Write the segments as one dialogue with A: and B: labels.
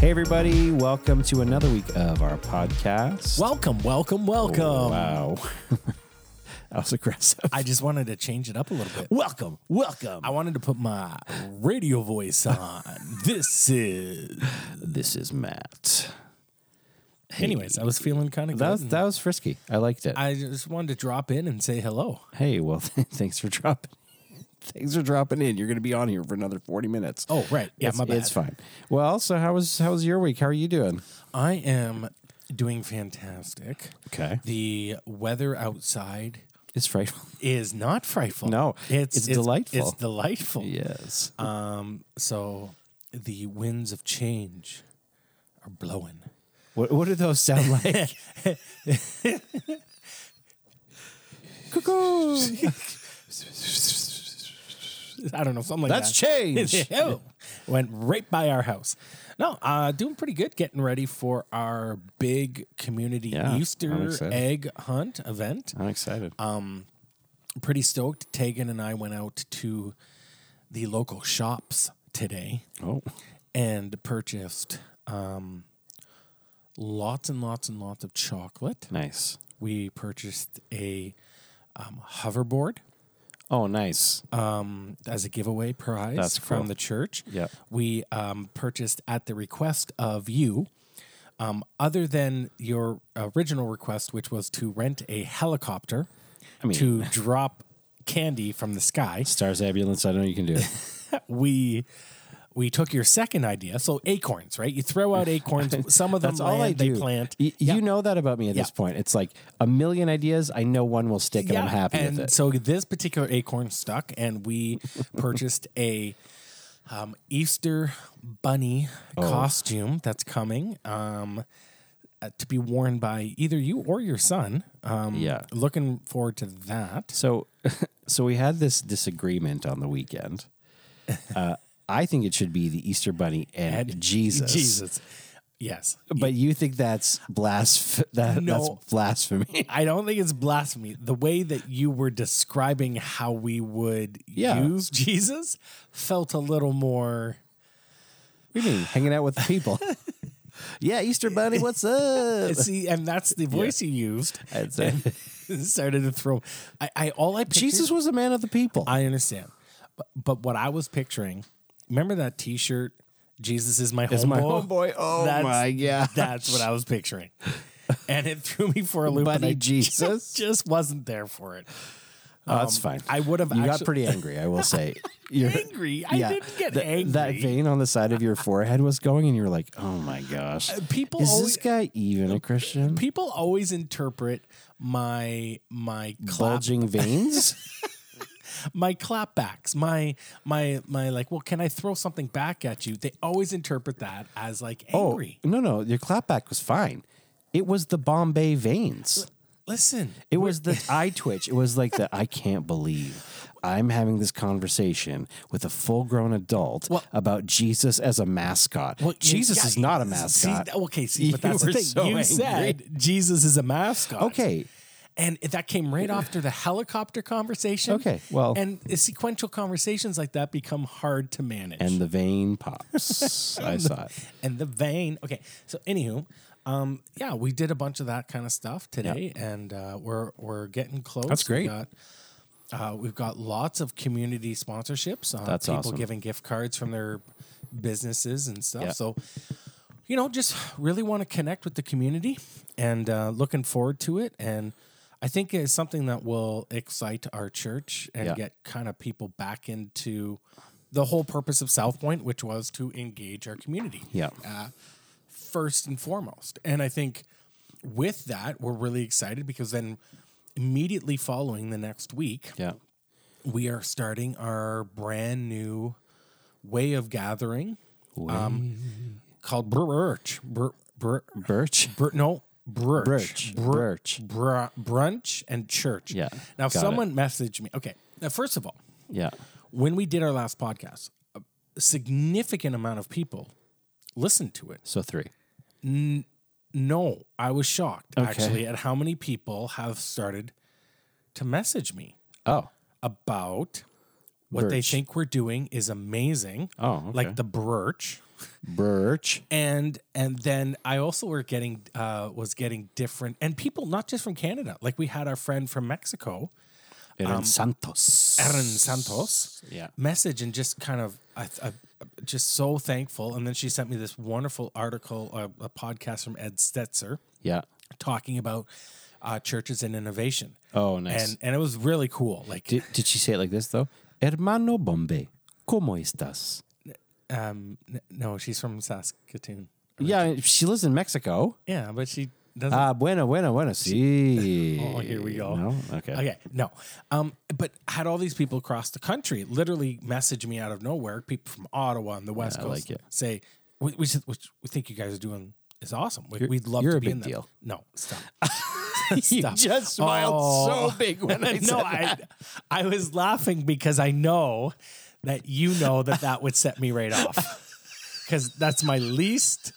A: Hey, everybody. Welcome to another week of our podcast.
B: Welcome, welcome, welcome.
A: Wow. that was aggressive.
B: I just wanted to change it up a little bit.
A: welcome. Welcome.
B: I wanted to put my radio voice on. this is.
A: This is Matt.
B: Anyways, I was feeling kind of good.
A: That was,
B: and
A: that was frisky. I liked it.
B: I just wanted to drop in and say hello.
A: hey, well, thanks for dropping. Thanks for dropping in. You're going to be on here for another 40 minutes.
B: Oh, right. Yeah,
A: it's,
B: my bad.
A: It's fine. Well, so how was how was your week? How are you doing?
B: I am doing fantastic.
A: Okay.
B: The weather outside
A: It's frightful.
B: is not frightful.
A: No, it's delightful.
B: It's delightful.
A: Yes.
B: Um, so the winds of change are blowing.
A: What, what do those sound like? Cuckoo.
B: I don't know, something like
A: That's
B: that.
A: change.
B: Yeah. Went right by our house. No, uh, doing pretty good getting ready for our big community
A: Yeah, I'm
B: Easter
A: excited.
B: egg hunt event.
A: I'm excited.
B: Pretty stoked. Tegan and I went out to the local shops today
A: oh.
B: and purchased um, lots and lots and lots of chocolate.
A: Nice.
B: We purchased a um, hoverboard.
A: Oh, nice.
B: um, as a giveaway prize
A: That's cool.
B: from the church.
A: Yeah.
B: We um, purchased at the request of you, um, other than your original request, which was to rent a helicopter
A: I mean-
B: to drop candy from the sky.
A: Stars ambulance. I know you can do it.
B: We we took your second idea. So acorns, right? You throw out acorns. Some of them
A: That's all I
B: land,
A: do.
B: they plant.
A: Y- You know that about me at this
B: Yeah.
A: point. It's like a million ideas. I know one will stick, and I'm happy
B: and
A: with it.
B: So this particular acorn stuck, and we purchased a um, Easter bunny
A: Oh.
B: costume that's coming um, uh, to be worn by either you or your son. Um,
A: Yeah.
B: looking forward to that.
A: So, so we had this disagreement on the weekend. Uh, I think it should be the Easter Bunny and, Jesus.
B: Jesus, yes.
A: But you think that's blasph- that,
B: No.
A: that's blasphemy?
B: I don't think it's blasphemy. The way that you were describing how we would
A: Yeah.
B: use Jesus felt a little more.
A: What do you mean hanging out with the people? yeah, Easter Bunny, what's up?
B: See, and that's the voice you used.
A: I'd say.
B: started to throw. I, I all I pictured,
A: Jesus was a man of the people.
B: I understand, but, but what I was picturing, remember that T-shirt? Jesus is my homeboy.
A: my homeboy. Oh my gosh.
B: That's what I was picturing, and it threw me for a loop. and
A: Buddy
B: I
A: Jesus.
B: just wasn't there for it.
A: Oh, that's fine.
B: Um, I would have.
A: you got
B: actually-
A: pretty angry, I will say. You're
B: angry. I didn't get
A: th-
B: angry. Uh,
A: That vein on the side of your forehead was going, and you were like, "Oh my gosh,
B: people
A: is
B: always-
A: this guy even a Christian?"
B: People always interpret my my clap,
A: Bulging veins.
B: my clapbacks, my my my like. Well, can I throw something back at you? They always interpret that as like
A: Oh,
B: angry.
A: no, no, your clapback was fine. It was the Bombay veins.
B: Listen,
A: It was the eye twitch. It was like the I can't believe I'm having this conversation with a full grown adult
B: Well-
A: about Jesus as a mascot.
B: Well, you-
A: Jesus
B: yeah,
A: is not a
B: see,
A: mascot.
B: th- okay, see, but
A: You
B: that's the
A: were
B: thing.
A: so
B: you
A: angry.
B: said Jesus is a mascot.
A: okay,
B: And it- that came right after the helicopter conversation.
A: Okay, well-
B: And uh, sequential conversations like that become hard to manage.
A: and the vein pops. I saw it.
B: And the vein. Okay. So, anywho, um, yeah, we did a bunch of that kind of stuff today, and uh, we're we're getting close.
A: That's great.
B: We got, uh, we've got lots of community sponsorships. Uh,
A: That's
B: people
A: awesome.
B: giving gift cards from their businesses and stuff.
A: Yeah.
B: So, you know, just really want to connect with the community, and uh, looking forward to it. And I think it's something that will excite our church and
A: Yeah.
B: get kind of people back into the whole purpose of South Point, which was to engage our community
A: Yeah.
B: uh, first and foremost. And I think with that, we're really excited because then immediately following the next week,
A: Yeah.
B: we are starting our brand new way of gathering um, called Brurch. Brur, brur,
A: Birch.
B: brur, no, Brurch.
A: Brurch.
B: Brur-
A: Brurch.
B: bra- brunch and church.
A: Yeah,
B: Now,
A: got it.
B: someone messaged me. Okay. Now, first of all,
A: Yeah.
B: when we did our last podcast, a significant amount of people listened to it.
A: So three.
B: No, I was shocked actually at how many people have started to message me
A: Oh.
B: about what they
A: Birch.
B: think we're doing is amazing.
A: Oh, okay.
B: like the birch.
A: Birch.
B: and and then I also were getting uh, was getting different and people not just from Canada. Like we had our friend from Mexico,
A: Aaron Santos.
B: Aaron Santos,
A: Yeah.
B: message and just kind of I, I, just so thankful. And then she sent me this wonderful article, uh, a podcast from Ed Stetzer
A: Yeah.
B: talking about uh, churches and innovation.
A: Oh, nice.
B: And and it was really cool. Like
A: Did, did she say it like this though? Hermano Bombay, ¿cómo estás?
B: um, n- no, she's from Saskatoon.
A: Yeah, she lives in Mexico.
B: Yeah, but she doesn't.
A: Ah, bueno, bueno, bueno. Sí.
B: Oh, here we go.
A: No? Okay.
B: Okay, no. Um, but had all these people across the country literally message me out of nowhere, people from Ottawa and the West
A: I
B: Coast,
A: like it.
B: say, we, we, should- which we think you guys are doing is awesome. We,
A: You're-
B: we'd love
A: you're
B: to
A: a
B: be
A: big
B: in that.
A: deal.
B: No, stop.
A: You
B: Stop.
A: just smiled
B: Oh.
A: so big when I said
B: no, I, I was laughing because I know that you know that that would set me right off because that's my least.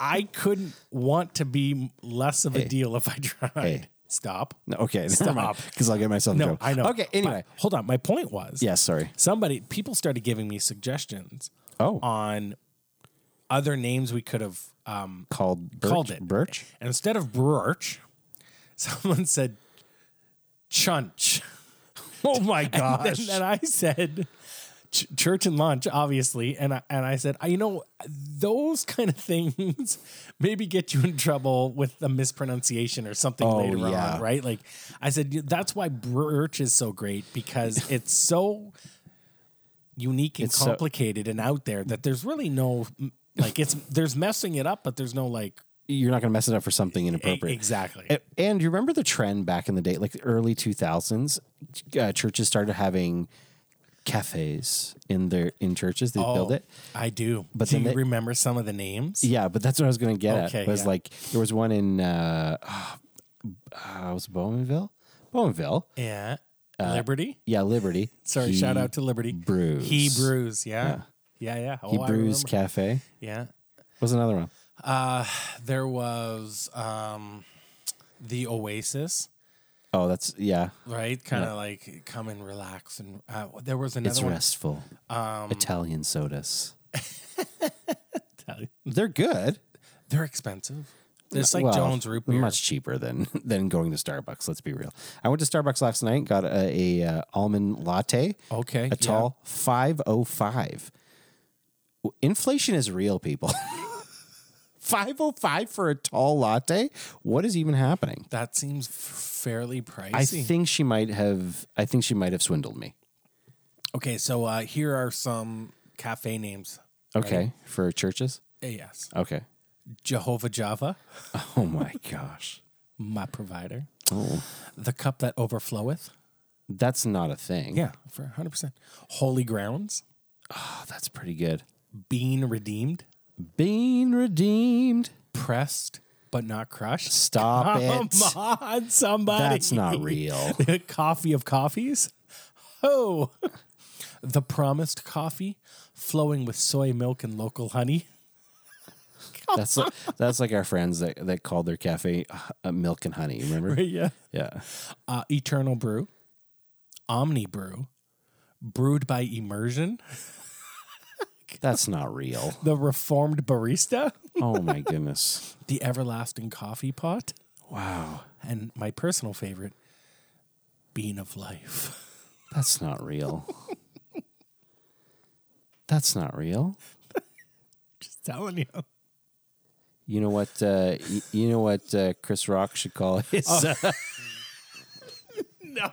B: I couldn't want to be less of a deal if I tried.
A: Hey.
B: Stop.
A: No, okay, stop. Because I'll get myself in
B: No,
A: trouble.
B: I know.
A: Okay, anyway.
B: But hold on. My point was,
A: yeah, sorry.
B: somebody people started giving me suggestions
A: Oh,
B: on other names we could have um,
A: called Birch.
B: called it.
A: Birch.
B: And instead of Birch, someone said Chunch.
A: Oh my
B: And then, then I said ch- church and lunch, obviously, and I, and I said, I, you know, those kind of things maybe get you in trouble with a mispronunciation or something later
A: yeah.
B: on, right? Like I said, y- that's why birch is so great because it's so unique and
A: It's so-
B: complicated and out there that there's really no like it's there's messing it up, but there's no like
A: You're not going to mess it up for something
B: e-
A: inappropriate.
B: exactly.
A: A- And you remember the trend back in the day, like the early 2000s, uh, churches started having cafes in their in churches. They build it.
B: Oh, I do.
A: But
B: But do
A: then
B: you
A: they-
B: remember some of the names?
A: Yeah, but that's what I was going to get
B: Okay,
A: at. Was
B: yeah.
A: like there was one in uh, uh was it Bowmanville, Bowmanville.
B: Yeah. Liberty.
A: Yeah, Liberty.
B: Sorry,
A: Uh, He
B: shout out to Liberty.
A: Brews.
B: He brews, yeah. Yeah, yeah. Oh,
A: He
B: I
A: Brews
B: remember.
A: Cafe.
B: Yeah.
A: Was another one.
B: Uh there was um the Oasis,
A: Oh, that's yeah.
B: right? Kind of like come and relax and uh, there was another
A: It's
B: one Um,
A: restful. Italian sodas. They're good.
B: They're expensive. It's
A: No- well,
B: like Jones root beer.
A: Much cheaper than than going to Starbucks. Let's be real. I went to Starbucks last night. Got a, a uh, almond latte.
B: Okay,
A: a tall five oh five. Inflation is real, people. Five oh five for a tall latte. What is even happening?
B: That seems f- fairly pricey.
A: I think she might have. I think she might have swindled me.
B: okay, so uh here are some cafe names.
A: Okay, for churches.
B: Uh, Yes.
A: Okay.
B: Jehovah Java,
A: Oh my gosh,
B: my provider.
A: Oh.
B: The cup that overfloweth.
A: that's not a thing.
B: Yeah, for 100%. Holy grounds.
A: Oh, that's pretty good.
B: being redeemed,
A: Being redeemed.
B: pressed but not crushed.
A: Stop
B: Come
A: it.
B: on, somebody.
A: That's not real.
B: The coffee of coffees. Oh, the promised coffee, flowing with soy milk and local honey.
A: That's like, that's like our friends that, that called their cafe uh, milk and honey. Remember?
B: yeah.
A: Yeah.
B: Uh, Eternal brew, Omni brew, brewed by immersion.
A: That's not real.
B: The reformed barista,
A: Oh my goodness.
B: the everlasting coffee pot,
A: Wow.
B: and my personal favorite, bean of life.
A: That's not real. That's not real.
B: Just telling you.
A: You know what? Uh, y- you know what? Uh, Chris Rock should call his uh,
B: No.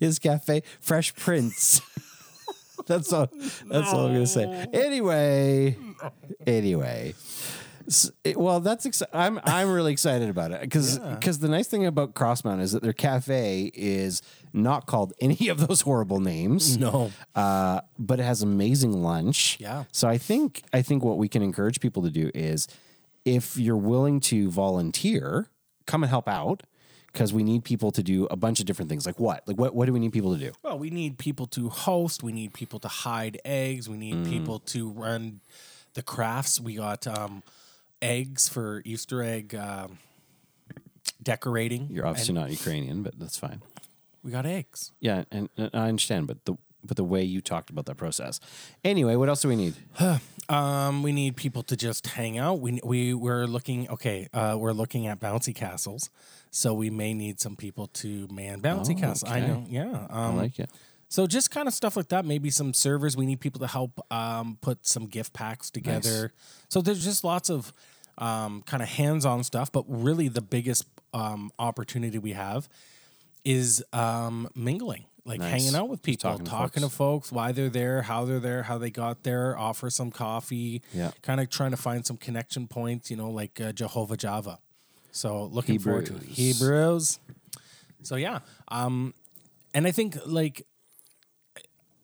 A: his cafe Fresh Prince. that's all. That's all I'm gonna say. Anyway, anyway. S- it- well, that's exci- I'm I'm really excited about it because the nice thing about Crossmount is that their cafe is not called any of those horrible names.
B: No.
A: uh, but it has amazing lunch.
B: Yeah.
A: So I think I think what we can encourage people to do is, if you're willing to volunteer, come and help out because we need people to do a bunch of different things. Like what? Like what? What do we need people to do?
B: Well, we need people to host. We need people to hide eggs. We need people to run the crafts. We got um, eggs for Easter egg um, decorating.
A: You're obviously not Ukrainian, but that's fine.
B: We got eggs.
A: Yeah, and, and I understand, but the but the way you talked about that process. Anyway, what else do we need?
B: Um, we need people to just hang out. We we we're looking okay. Uh, we're looking at bouncy castles, so we may need some people to man bouncy
A: Oh,
B: castles. I
A: okay.
B: know, yeah.
A: I
B: Um,
A: like it.
B: so just kind of stuff like that. Maybe some servers. We need people to help um, put some gift packs together. So there's just lots of um, kind of hands-on stuff. But really, the biggest um, opportunity we have is um, mingling, like
A: Nice.
B: hanging out with people,
A: talking
B: talking,
A: to
B: to folks, why they're there, how they're there, how they got there, offer some coffee.
A: Yeah.
B: Kind of trying to find some connection points. You know, like uh, Jehovah Java. So looking forward to it.
A: Hebrews.
B: Hebrews. So yeah, um, and I think like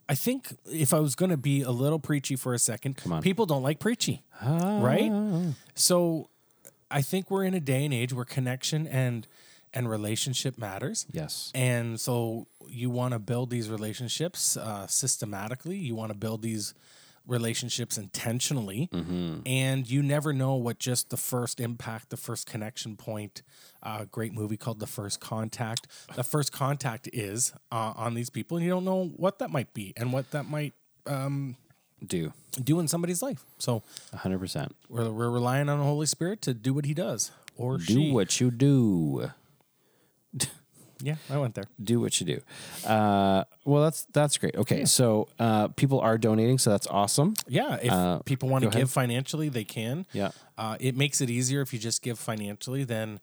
B: I think if I was going to be a little preachy for a second,
A: on.
B: people don't like preachy, right? So I think we're in a day and age where connection and and relationship matters.
A: Yes.
B: And so you want to build these relationships uh, systematically. You want to build these relationships intentionally.
A: Mm-hmm.
B: And you never know what just the first impact, the first connection point, uh, great movie called The First Contact. The first contact is uh, on these people, and you don't know what that might be and what that might
A: Do
B: do in somebody's life. So
A: 100%.
B: we're, we're relying on the Holy Spirit to do what he does or
A: Do
B: she.
A: what you do.
B: Yeah, I went there.
A: do what you do. Uh, well, that's that's great. Okay, so uh, people are donating, so that's awesome.
B: Yeah, if people want to
A: Uh, go ahead.
B: give financially, they can.
A: Yeah.
B: uh, it makes it easier if you just give financially than,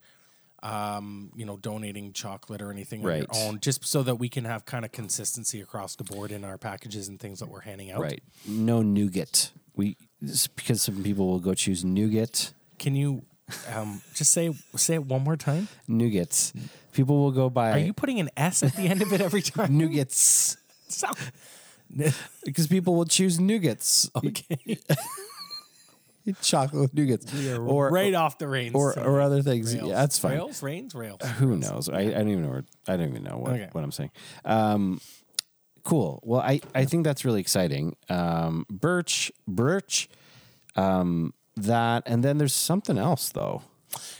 B: um, you know, donating chocolate or anything on
A: Right.
B: your own, just so that we can have kind of consistency across the board in our packages and things that we're handing out.
A: Right, no nougat. We it's because some people will go choose nougat,
B: Can you um, just say say it one more time?
A: nougats. People will go buy
B: Are you putting an S at the end of it every time?
A: nougats
B: So-
A: because people will choose nougats,
B: okay,
A: chocolate nougats, or
B: right off the reins.
A: or,
B: tonight.
A: or other things.
B: Rails.
A: Yeah, that's fine.
B: Rails, reins, rails.
A: Who knows? I, I don't even know. Where, I don't even know what,
B: Okay.
A: what I'm saying. Um, cool. Well, I, I think that's really exciting. Um, birch, birch, um, that, and then there's something else though.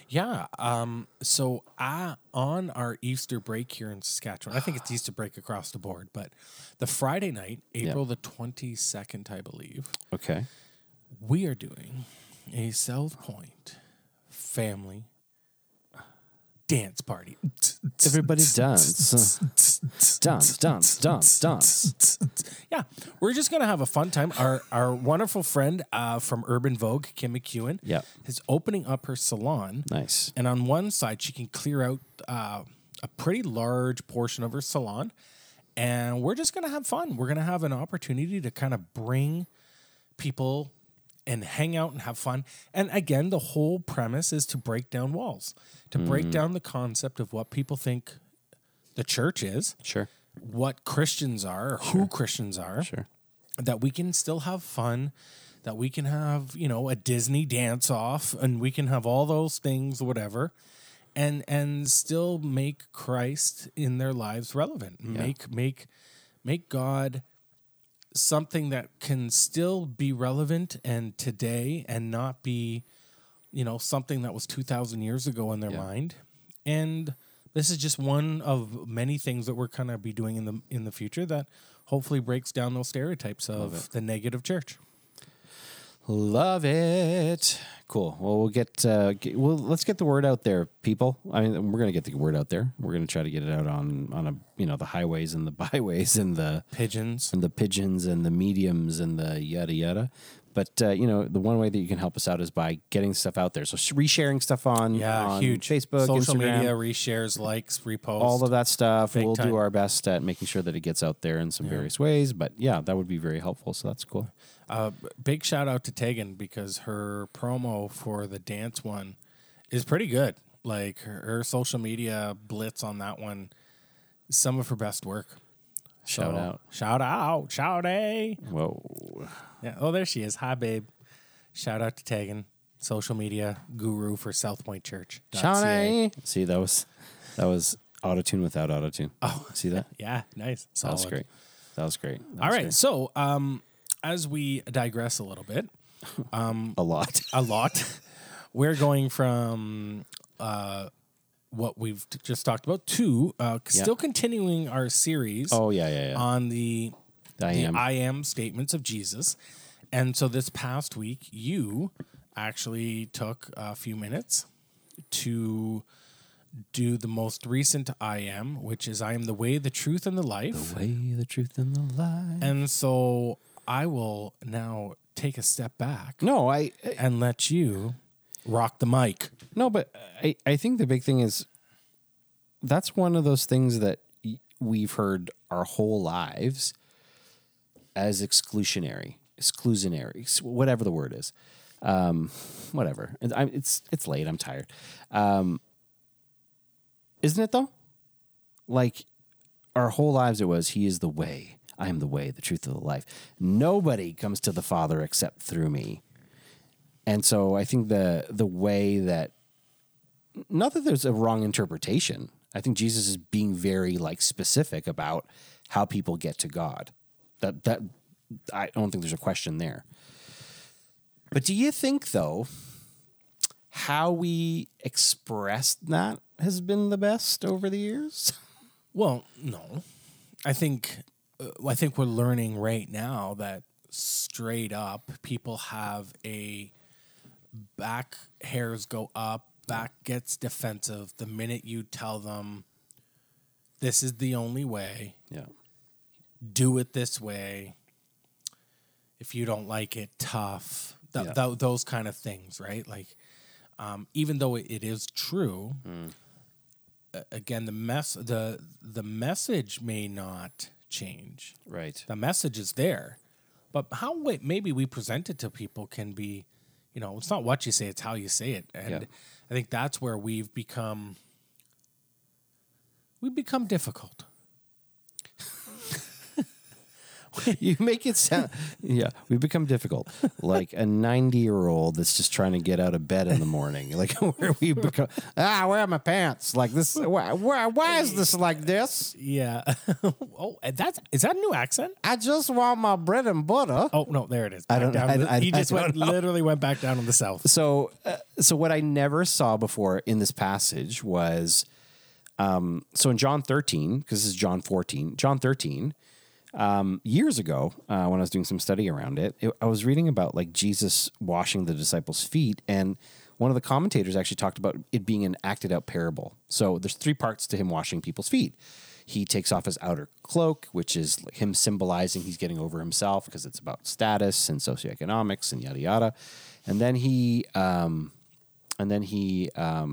B: Yeah. Um, so I, on our Easter break here in Saskatchewan, I think it's Easter break across the board, but the Friday night, April the 22nd, I believe,
A: Okay.
B: we are doing a South Point family dance party.
A: Everybody dance, dance, dance, dance, dance.
B: yeah, we're just gonna have a fun time. Our our wonderful friend uh, from Urban Vogue, Kim McEwen,
A: Yep.
B: is opening up her salon.
A: Nice.
B: And on one side, she can clear out uh, a pretty large portion of her salon. And we're just going to have fun. We're going to have an opportunity to kind of bring people and hang out and have fun. And again, the whole premise is to break down walls, to break down the concept of what people think the church is,
A: Sure.
B: what Christians are, or who Christians are
A: Sure.
B: that we can still have fun that we can have you know a disney dance off and we can have all those things whatever and and still make christ in their lives relevant make make make god something that can still be relevant and today and not be you know something that was 2000 years ago in their mind and this is just one of many things that we're kind of be doing in the in the future that hopefully breaks down those stereotypes of the negative church
A: Love it. Cool. Well, we'll get, uh, get well. Let's get the word out there, people. I mean, we're gonna get the word out there. We're gonna try to get it out on on a you know the highways and the byways and the
B: pigeons
A: and the pigeons and the mediums and the yada yada. But uh, you know, the one way that you can help us out is by getting stuff out there. So sh- resharing stuff on
B: yeah
A: on
B: huge
A: Facebook,
B: social
A: Instagram,
B: media reshares likes reposts
A: all of that stuff. we'll
B: time.
A: do our best at making sure that it gets out there in some various ways. But yeah, that would be very helpful. So that's cool.
B: Uh, b- big shout out to Tegan because her promo for the dance one is pretty good. Like her, her social media blitz on that one, some of her best work.
A: Shout out.
B: Shout out. Shout a.
A: Whoa.
B: Yeah. Oh, there she is. Hi, babe. Shout out to Tegan, social media guru for South Point Church.
A: Shawnee. See, that was that was auto tune without auto tune. Oh, see that?
B: Yeah. Nice.
A: That
B: Solid.
A: was great. That was great. That
B: All
A: was
B: right. So, um, as we digress a little bit,
A: great. a lot.
B: a lot. We're going from uh, what we've t- just talked about to uh, still continuing our series
A: Oh yeah, yeah, yeah.
B: on Um, the
A: I
B: the
A: am.
B: I am statements of Jesus. And so this past week, you actually took a few minutes to do the most recent I am, which is I am the way, the truth, and the life.
A: Way, the truth, and the lie.
B: And so I will now take a step back
A: No, I
B: and let you rock the mic.
A: no, but I I think the big thing is that's one of those things that y- we've heard our whole lives as exclusionary, exclusionary, s- whatever the word is. Um, whatever. And I'm, it's it's late. I'm tired. Um, isn't it though? Like our whole lives, it was He is the way. I am the way, the truth, of the life. Nobody comes to the Father except through me. And so I think the the way that not that there's a wrong interpretation. I think Jesus is being very like specific about how people get to God. That that I don't think there's a question there. But do you think though how we express that has been the best over the years?
B: Well, no, I think uh, I think we're learning right now that straight up people have a back hairs go up, back gets defensive the minute you tell them this is the only way,
A: Yeah.
B: do it this way. If you don't like it, tough. Th-
A: Yeah.
B: th- those kind of things, right? Like, um, even though it, it is true,
A: Mm.
B: a- again, the mess the the message may not change.
A: Right.
B: The message is there, but how we, maybe we present it to people can be, you know, it's not what you say, it's how you say it, and
A: Yeah.
B: I think that's where we've become we've become difficult.
A: you make it sound yeah we become difficult like a 90 year old that's just trying to get out of bed in the morning like where we become ah where are my pants like this why, why, why is this like this
B: Yeah. oh, and that's is that a new accent?
A: i just want my bread and butter
B: Oh no, there it is.
A: don't-
B: Back down
A: I-
B: the-
A: I-
B: he
A: I
B: just
A: don't
B: went, literally went back down on the south.
A: so uh, so what i never saw before in this passage was um so in john 13 because this is john 14 john 13 um, years ago, uh, when I was doing some study around it, it, I was reading about like Jesus washing the disciples' feet, and one of the commentators actually talked about it being an acted out parable. So there's three parts to him washing people's feet. He takes off his outer cloak, which is him symbolizing he's getting over himself because it's about status and socioeconomics and yada yada. And then he, um, and then he uh,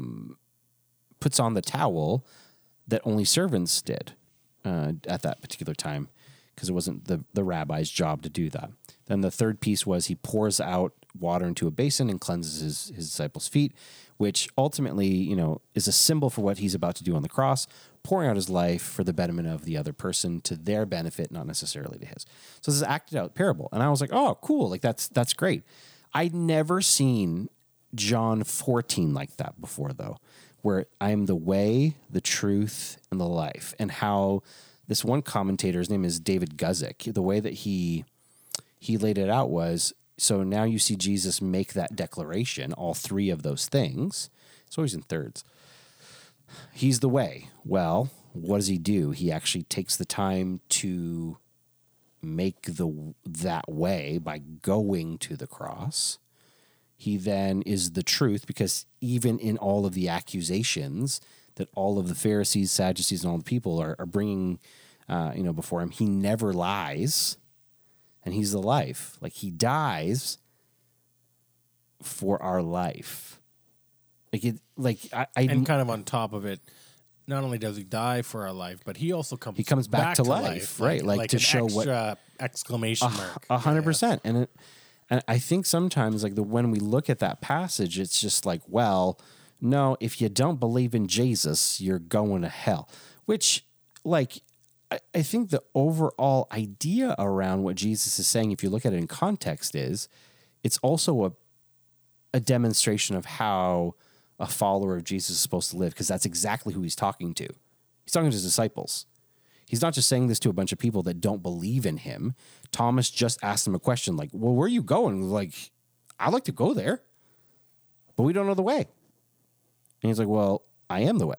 A: puts on the towel that only servants did uh, at that particular time because it wasn't the, the rabbi's job to do that. Then the third piece was he pours out water into a basin and cleanses his, his disciples' feet, which ultimately, you know, is a symbol for what he's about to do on the cross, pouring out his life for the betterment of the other person to their benefit, not necessarily to his. So this is acted out parable. And I was like, oh, cool. Like that's that's great. I'd never seen John 14 like that before, though, where I am the way, the truth, and the life. And how this one commentator, his name is David Guzik, the way that he he laid it out was so now you see Jesus make that declaration, all three of those things. It's always in thirds. He's the way. Well, what does he do? He actually takes the time to make the that way by going to the cross he then is the truth because even in all of the accusations that all of the Pharisees, Sadducees, and all the people are, are bringing, uh, you know, before him, he never lies, and he's the life. Like he dies for our life. Like it, like I, I
B: and kind of on top of it, not only does he die for our life, but he also comes
A: He comes back to life, right, like to
B: an
A: show what-
B: extra exclamation mark.
A: A hundred percent. And it, and I think sometimes like the when we look at that passage, it's just like, well, no, if you don't believe in Jesus, you're going to hell. Which, like, I, I think the overall idea around what Jesus is saying, if you look at it in context, is it's also a a demonstration of how a follower of Jesus is supposed to live, because that's exactly who he's talking to. He's talking to his disciples. He's not just saying this to a bunch of people that don't believe in him. Thomas just asked him a question like, Well, where are you going? Like, I'd like to go there, but we don't know the way. And he's like, Well, I am the way.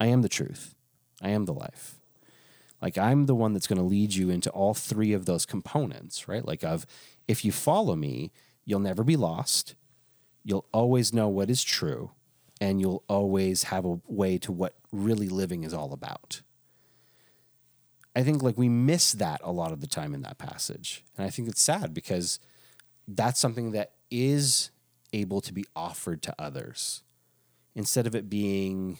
A: I am the truth. I am the life. Like I'm the one that's going to lead you into all three of those components, right? Like of if you follow me, you'll never be lost. You'll always know what is true and you'll always have a way to what really living is all about. I think like we miss that a lot of the time in that passage. And I think it's sad because that's something that is able to be offered to others instead of it being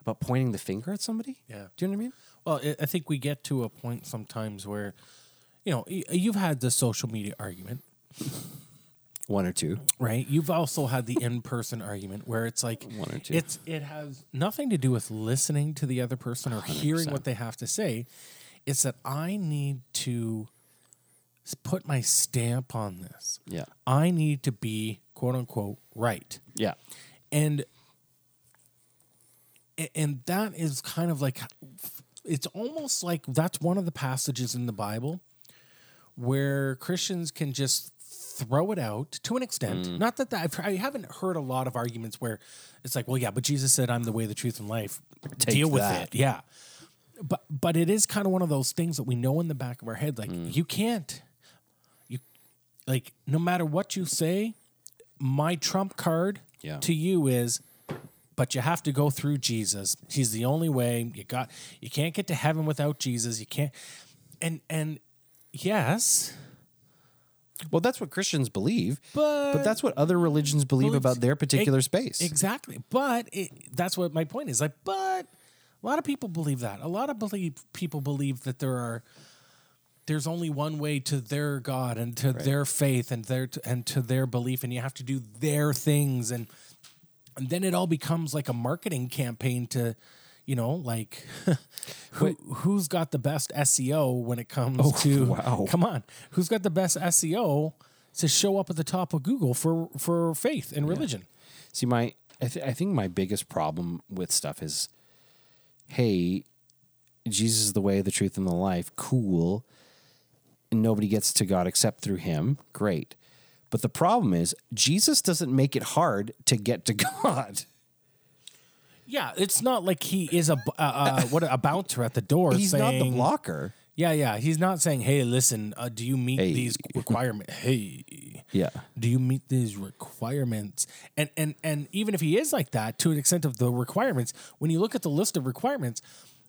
A: about pointing the finger at somebody.
B: Yeah.
A: Do you know what I mean?
B: Well, I- I think we get to a point sometimes where, you know, y- you've had the social media argument,
A: One or two.
B: right? You've also had the in person argument where it's like
A: One or two.
B: It's it has nothing to do with listening to the other person or hearing what they have to say. It's that I need to s- put my stamp on this.
A: Yeah.
B: I need to be quote unquote right.
A: Yeah.
B: and a- and that is kind of like it's almost like that's one of the passages in the bible where christians can just throw it out to an extent
A: Mm.
B: not that, that I've, i haven't heard a lot of arguments where it's like well yeah but jesus said i'm the way the truth and life
A: Take
B: deal with
A: that.
B: it yeah but but it is kind of one of those things that we know in the back of our head like
A: Mm.
B: you can't you like no matter what you say my trump card
A: Yeah.
B: to you is but you have to go through Jesus. He's the only way. You got you can't get to heaven without Jesus. You can't and and yes,
A: Well, that's what Christians believe,
B: but,
A: but that's what other religions believe
B: Believes-
A: about their particular space.
B: exactly. But it, that's what my point is. Like but a lot of people believe that. A lot of believe people believe that there are there's only one way to their God and to their faith and their and to their belief and you have to do their things and and then it all becomes like a marketing campaign to you know like who, who's got the best SEO when it comes to
A: wow.
B: come on who's got the best SEO to show up at the top of Google for for faith and religion
A: See, my I, th- I think my biggest problem with stuff is, hey, Jesus is the way, the truth, and the life. Cool. And nobody gets to God except through Him. Great. But the problem is, Jesus doesn't make it hard to get to God.
B: yeah it's not like he is a b- uh, uh, what a bouncer at the door
A: He's not the
B: saying-
A: blocker.
B: Yeah, yeah. He's not saying, "Hey, listen, uh, do you meet these requirements?" Hey,
A: Yeah.
B: do you meet these requirements? And and and even if he is like that, to an extent of the requirements, when you look at the list of requirements,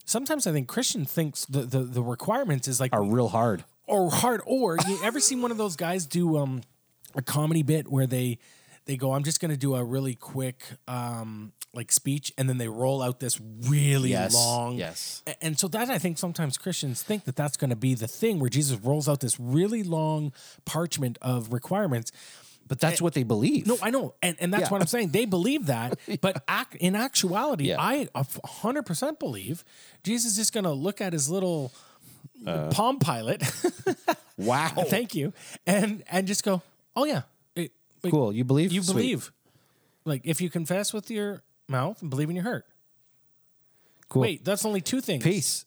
B: sometimes I think Christian thinks the the, the requirements is like
A: Are real hard.
B: or hard or you ever seen one of those guys do um a comedy bit where they they go i'm just going to do a really quick um like speech and then they roll out this really
A: Yes,
B: long
A: yes.
B: A- and so that i think sometimes christians think that that's going to be the thing where jesus rolls out this really long parchment of requirements
A: But that's what they believe.
B: no, I know, and, and that's
A: Yeah.
B: what I'm saying. They believe that, but ac- in actuality,
A: Yeah.
B: I a f- 100% believe Jesus is just going to look at his little
A: Uh.
B: Palm Pilot,
A: wow.
B: thank you, and and just go, oh yeah, it, like,
A: cool. You believe?
B: you
A: Sweet.
B: believe, like if you confess with your mouth and believe in your heart.
A: Cool.
B: Wait, that's only two things.
A: Peace.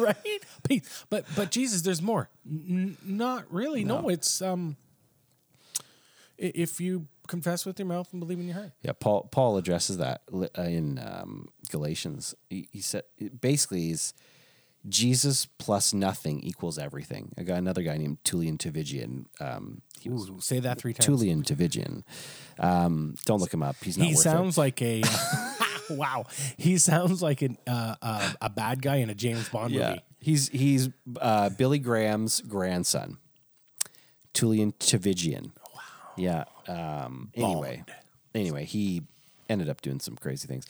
B: right? Peace. But but Jesus, there's more. N- not really. No. it's um. i- If you confess with your mouth and believe in your heart,
A: Yeah, Paul Paul addresses that li- uh, in um, Galatians. He, he said it basically is Jesus plus nothing equals everything. I got another guy named Tullian Tavigian. Um, he was
B: Ooh, say that three times.
A: Tullian Tavigian. Um, don't look him up. He's not
B: he
A: worth it.
B: sounds like a wow. He sounds like an, uh, uh, a bad guy in a James Bond
A: Yeah,
B: movie.
A: he's he's uh, Billy Graham's grandson, Tullian Tavigian. Wow. Yeah. Um, anyway, anyway, he ended up doing some crazy things,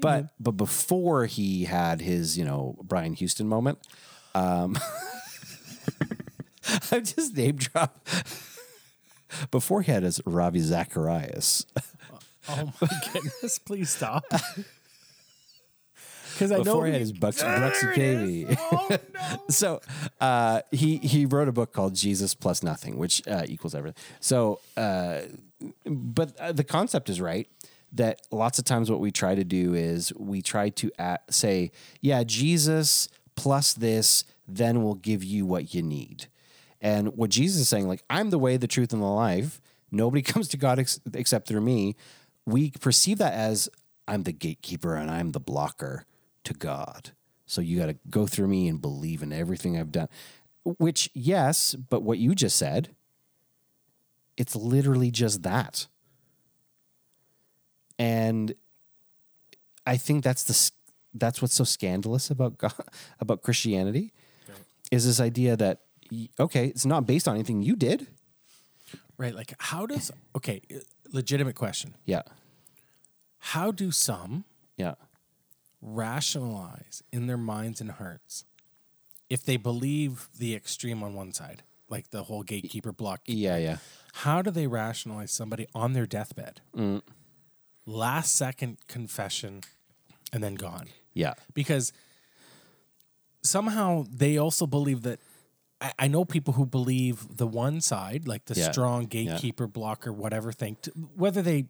A: but but before he had his you know Brian Houston moment, um, I just name drop. Before he had his Ravi Zacharias,
B: Oh my goodness! Please stop. Because I know
A: before he had his Bucks Bruxicavy.
B: Oh no!
A: so uh, he he wrote a book called Jesus plus nothing, which uh, equals everything. So, uh, but uh, the concept is right that lots of times what we try to do is we try to at, say, yeah, Jesus plus this, then we'll give you what you need. And what Jesus is saying, like, I'm the way, the truth, and the life. Nobody comes to God ex- except through me. We perceive that as I'm the gatekeeper and I'm the blocker to God. So you got to go through me and believe in everything I've done. Which, yes, but what you just said, it's literally just that. And I think that's the s- that's what's so scandalous about God, about Christianity is this idea that y- okay, it's not based on anything you did.
B: Right. Like, how does, okay, legitimate question.
A: Yeah.
B: How do some
A: Yeah.
B: rationalize in their minds and hearts if they believe the extreme on one side, like the whole gatekeeper block?
A: Yeah, yeah.
B: How do they rationalize somebody on their deathbed? Last second confession and then gone.
A: Yeah.
B: Because somehow they also believe that. I, I know people who believe the one side, like the
A: Yeah,
B: strong
A: yeah.
B: gatekeeper, blocker, whatever thing, t- whether they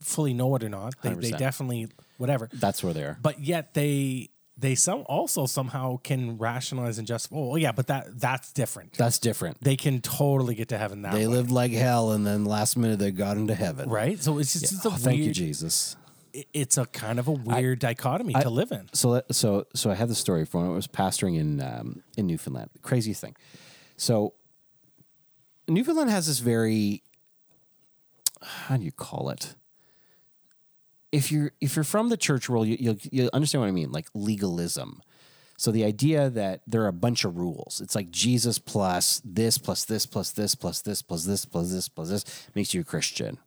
B: fully know it or not, they, they
A: 100%.
B: definitely, whatever
A: That's where they are.
B: but yet they they some also somehow can rationalize and justify. Oh yeah, but that that's different.
A: That's different.
B: They can totally get to heaven that
A: They
B: way,
A: lived like hell and then last minute they got into heaven.
B: right? So it's just it's a
A: Oh, thank you,
B: weird.
A: Jesus.
B: i- it's a kind of a weird dichotomy to live in.
A: so that- so so I had the story for when I was pastoring in um, in Newfoundland. Crazy thing. So Newfoundland has this very how do you call it? If you're if you're from the church world, you, you'll you'll understand what I mean, like legalism. So the idea that there are a bunch of rules. It's like Jesus plus this plus this plus this plus this plus this plus this plus this makes you a Christian.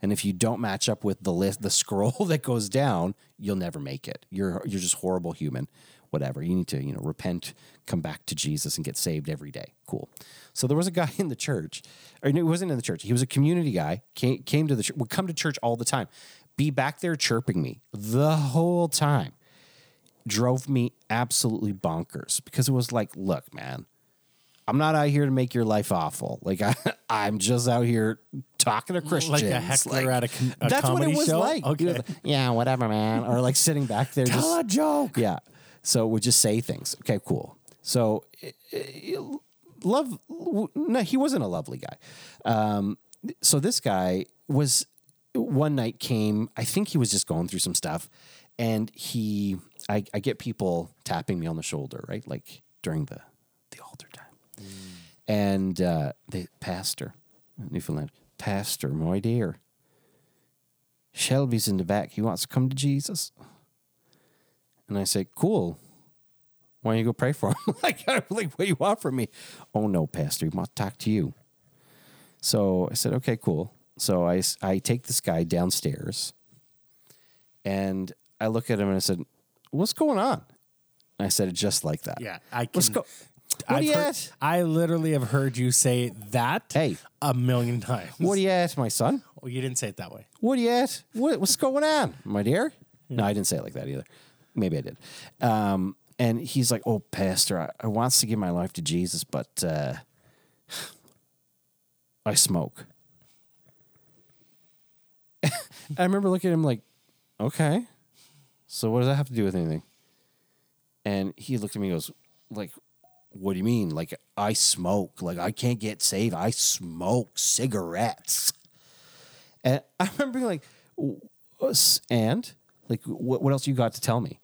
A: And if you don't match up with the list, the scroll that goes down, you'll never make it. You're you're just horrible human. Whatever. You need to, you know, repent, come back to Jesus and get saved every day. Cool. So there was a guy in the church, or no, he wasn't in the church. He was a community guy, came, came to the church, would come to church all the time, be back there chirping me the whole time. Drove me absolutely bonkers because it was like, look, man, I'm not out here to make your life awful. Like I, I'm just out here talking to Christians.
B: Like a heckler at a, com- a
A: that's what
B: comedy
A: it was
B: show?
A: like. He
B: Okay,
A: was like, yeah, whatever, man. Or like sitting back there, just
B: a joke.
A: yeah. So we just say things. Okay, cool. So eh, eh, love. No, he wasn't a lovely guy. Um, so this guy was one night came. I think he was just going through some stuff, and he. I, I get people tapping me on the shoulder, right? Like during the the altar time, and uh, the pastor, Newfoundland pastor, my dear. Shelby's in the back. He wants to come to Jesus. And I say, cool. Why don't you go pray for him? like, I'm like, what do you want from me? Oh, no, Pastor. We want to talk to you. So I said, okay, cool. So I, s- I take this guy downstairs and I look at him and I said, what's going on? And I said it just like that.
B: Yeah, I can.
A: Let's go. What
B: I've
A: are you
B: heard-
A: at?
B: I literally have heard you say that
A: Hey.
B: a million times.
A: What are you at, my son?
B: Well, you didn't say it that way.
A: What are you at? What, what's going on, my dear? No, I didn't say it like that either. Maybe I did. Um, and he's like, "Oh, pastor, I, I wants to give my life to Jesus, but uh, I smoke." I remember looking at him like, "Okay, so what does that have to do with anything?" And he looked at me and goes, "Like, what do you mean? Like, I smoke? Like, I can't get saved? I smoke cigarettes." And I remember being like, "W- s- and like, what, what else you got to tell me?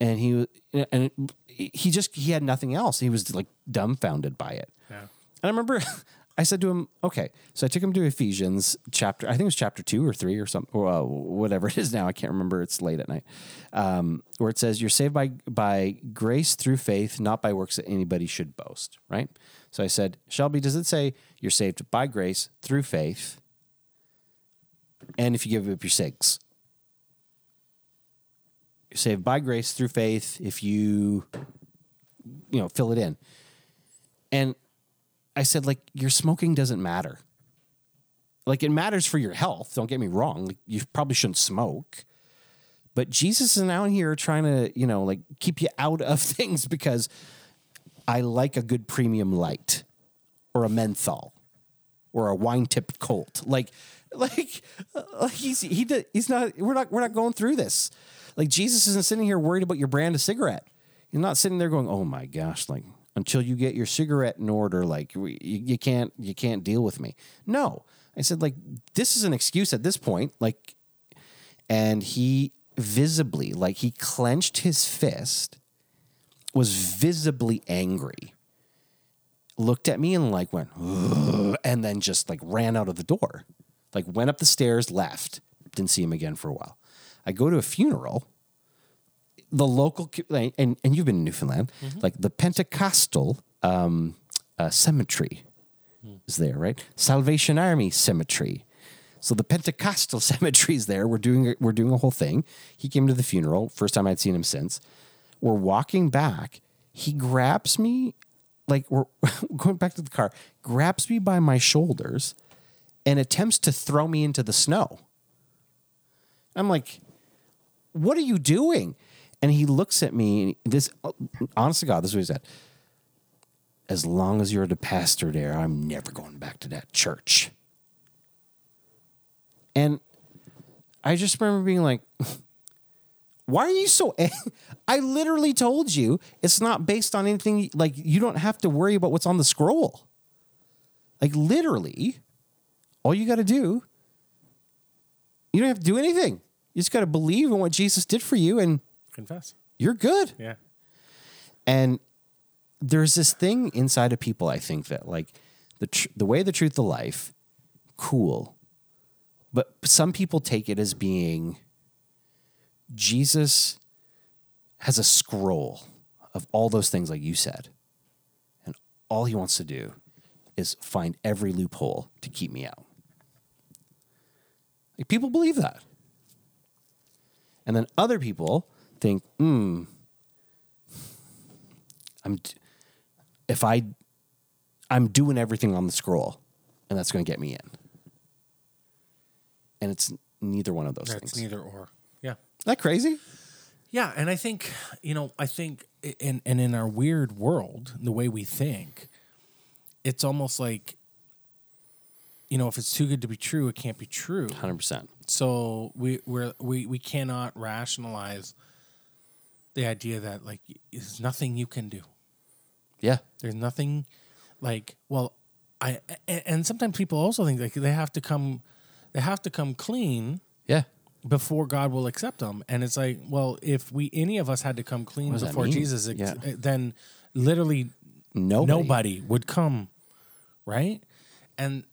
A: And he wa- and it- he just he had nothing else. He was like dumbfounded by it.
B: Yeah.
A: And I remember I said to him, okay. So I took him to Ephesians chapter, I think it was chapter two or three or something, or, uh, whatever it is now. I can't remember. It's late at night. Um, where it says, you're saved by, by grace through faith, not by works that anybody should boast, right? So I said, Shelby, does it say you're saved by grace through faith? And if you give up your six, you're saved by grace through faith if you, you know, fill it in. And I said, like, your smoking doesn't matter. Like, it matters for your health. Don't get me wrong. Like, you probably shouldn't smoke. But Jesus isn't out here trying to, you know, like keep you out of things because I like a good premium light or a menthol or a wine tipped colt. Like, like, like he's he did, he's not we're not we're not going through this. Like Jesus isn't sitting here worried about your brand of cigarette. He's not sitting there going, "Oh my gosh!" Like until you get your cigarette in order, like we- you, you can't you can't deal with me. No, I said like this is an excuse at this point. Like, and he visibly like he clenched his fist was visibly angry, looked at me and like went, "Ugh," and then just like ran out of the door, like went up the stairs, left, didn't see him again for a while. I go to a funeral. The local, cu- like, and, and you've been in Newfoundland, like the Pentecostal um, uh, cemetery is there, right? Salvation Army cemetery. So the Pentecostal cemetery is there. We're doing we're doing a whole thing. He came to the funeral. First time I'd seen him since. We're walking back. He grabs me, like we're going back to the car. Grabs me by my shoulders, and attempts to throw me into the snow. I'm like, what are you doing? And he looks at me. This, honest to God, this is what he said. As long as you're the pastor there, I'm never going back to that church. And I just remember being like, why are you so. ang- I literally told you it's not based on anything. Like, you don't have to worry about what's on the scroll. Like, literally, all you got to do you don't have to do anything. You just got to believe in what Jesus did for you and
B: Confess.
A: you're good.
B: Yeah.
A: And there's this thing inside of people, I think, that like the, tr- the way, the truth, the life, cool. But some people take it as being Jesus has a scroll of all those things, like you said. And all he wants to do is find every loophole to keep me out. Like people believe that. And then other people think, hmm, I'm d- if I I'm doing everything on the scroll and that's going to get me in. And it's neither one of those
B: That's
A: things.
B: neither or. Yeah.
A: Isn't that crazy?
B: Yeah, and I think you know, I think, i- and and in our weird world, the way we think, it's almost like, you know, if it's too good to be true, it can't be true.
A: 100%.
B: So we we're, we we cannot rationalize the idea that like there's nothing you can do.
A: Yeah.
B: There's nothing like well, I a- and sometimes people also think like they have to come, they have to come clean
A: Yeah.
B: before God will accept them. And it's like, well, if we any of us had to come clean
A: does that
B: before
A: mean?
B: Jesus, ex- eh,
A: Yeah.
B: then literally
A: Nobody.
B: nobody would come, right? And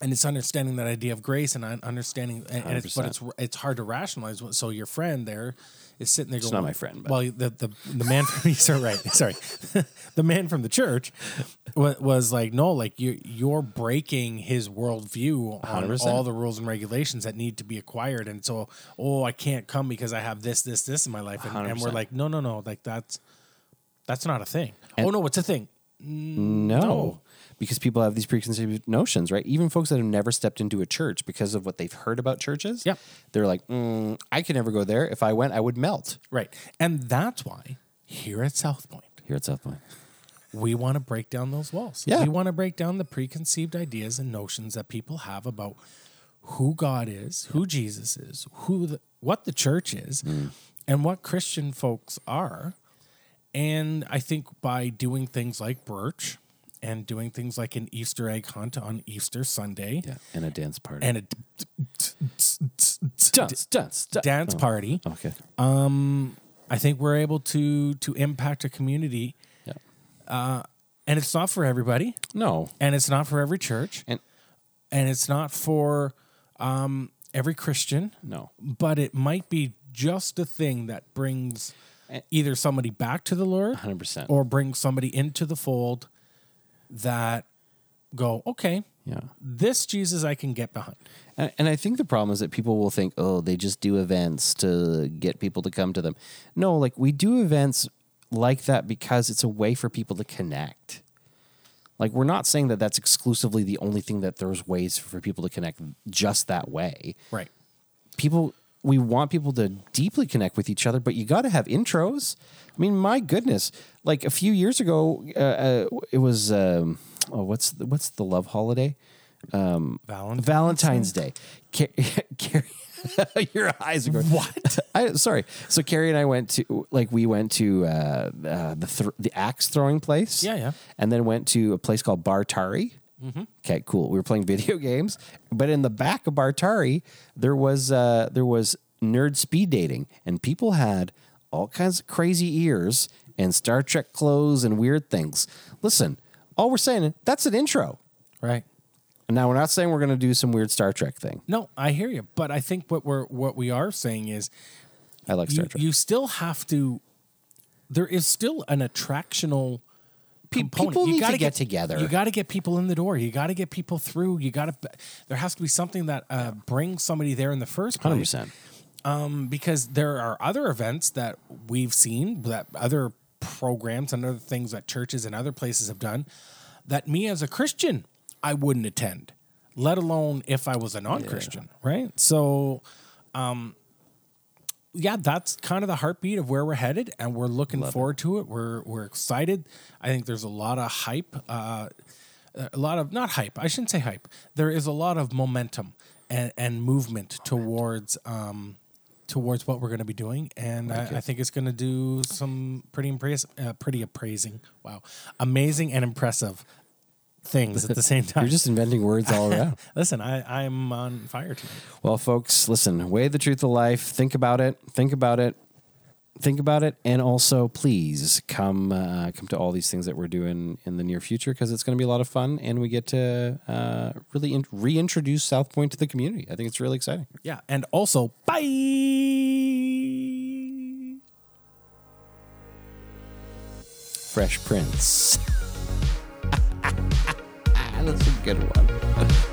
B: and it's understanding that idea of grace and un- understanding, and, and it's, but it's it's hard to rationalize. what- So your friend there is sitting there going,
A: not my friend, but-
B: Well, the the, the man from sorry, right, sorry, the man from the church was, was like, no, like you you're breaking his worldview on
A: 100%.
B: all the rules and regulations that need to be acquired, and so oh, I can't come because I have this this this in my life, and, and we're
A: 100%.
B: like, no, no, no, like that's that's not a thing. oh no, it's a thing.
A: No. Because people have these preconceived notions, right? Even folks that have never stepped into a church because of what they've heard about churches.
B: Yep.
A: They're like, mm, I could never go there. If I went, I would melt.
B: Right. And that's why here at South Point,
A: Here at South Point.
B: we want to break down those walls.
A: Yeah.
B: We want to break down the preconceived ideas and notions that people have about who God is, who Jesus is, who the, what the church is, and what Christian folks are. And I think by doing things like Birch and doing things like an Easter egg hunt on Easter Sunday
A: Yeah. And a dance party.
B: and a d-
A: dance, dance, dance.
B: dance party,
A: Okay.
B: I think we're able to to impact a community uh,
A: Yeah.
B: and it's not for everybody
A: No.
B: and it's not for every church
A: And
B: and it's not for um, every christian
A: no.
B: but it might be just a thing that brings either somebody back to the lord
A: 100%.
B: or brings somebody into the fold that go okay
A: Yeah.
B: this jesus i can get behind
A: And, and I think the problem is that people will think, oh, they just do events to get people to come to them. No, like we do events like that because it's a way for people to connect. Like we're not saying that that's exclusively the only thing that there's ways for people to connect just that way.
B: right
A: People we want people to deeply connect with each other, but you got to have intros. I mean, my goodness, like a few years ago, uh, uh, it was um, oh, what's the, what's the love holiday?
B: Valen-
A: Valentine's Day. Ca- Carrie, your eyes are going. What? I, sorry. So Carrie and I went to like we went to uh, uh, the thr the axe throwing place.
B: Yeah, yeah.
A: And then went to a place called Bartari. Okay, cool. We were playing video games, but in the back of Bartari, there was uh, there was nerd speed dating, and people had all kinds of crazy ears and Star Trek clothes and weird things. Listen, all we're saying that's an intro.
B: Right.
A: Now we're not saying we're going to do some weird Star Trek thing.
B: No, I hear you, but I think what we're what we are saying is
A: I like Star
B: you,
A: Trek.
B: you still have to. There is still an attractional.
A: Pe-
B: component.
A: people
B: you
A: need
B: gotta
A: to get together.
B: You got to get people in the door. You got to get people through. You got to. There has to be something that uh, brings somebody there in the first place.
A: Hundred percent.
B: because there are other events that we've seen that other programs and other things that churches and other places have done that me as a christian i wouldn't attend let alone if i was a non-christian right so um yeah that's kind of the heartbeat of where we're headed and we're looking forward to it we're we're excited i think there's a lot of hype uh a lot of not hype i shouldn't say hype there is a lot of momentum and, and movement towards um towards what we're going to be doing and I, I think it's going to do some pretty impress uh, pretty appraising wow amazing and impressive things at the same time
A: You're just inventing words all around.
B: listen i i'm on fire tonight
A: Well, folks, listen, weigh the truth of life. Think about it. Think about it. Think about it. And also, please come uh, come to all these things that we're doing in the near future because it's going to be a lot of fun and we get to uh, really in- reintroduce South Point to the community. I think it's really exciting.
B: yeah and also bye
A: Fresh Prince. That's a good one.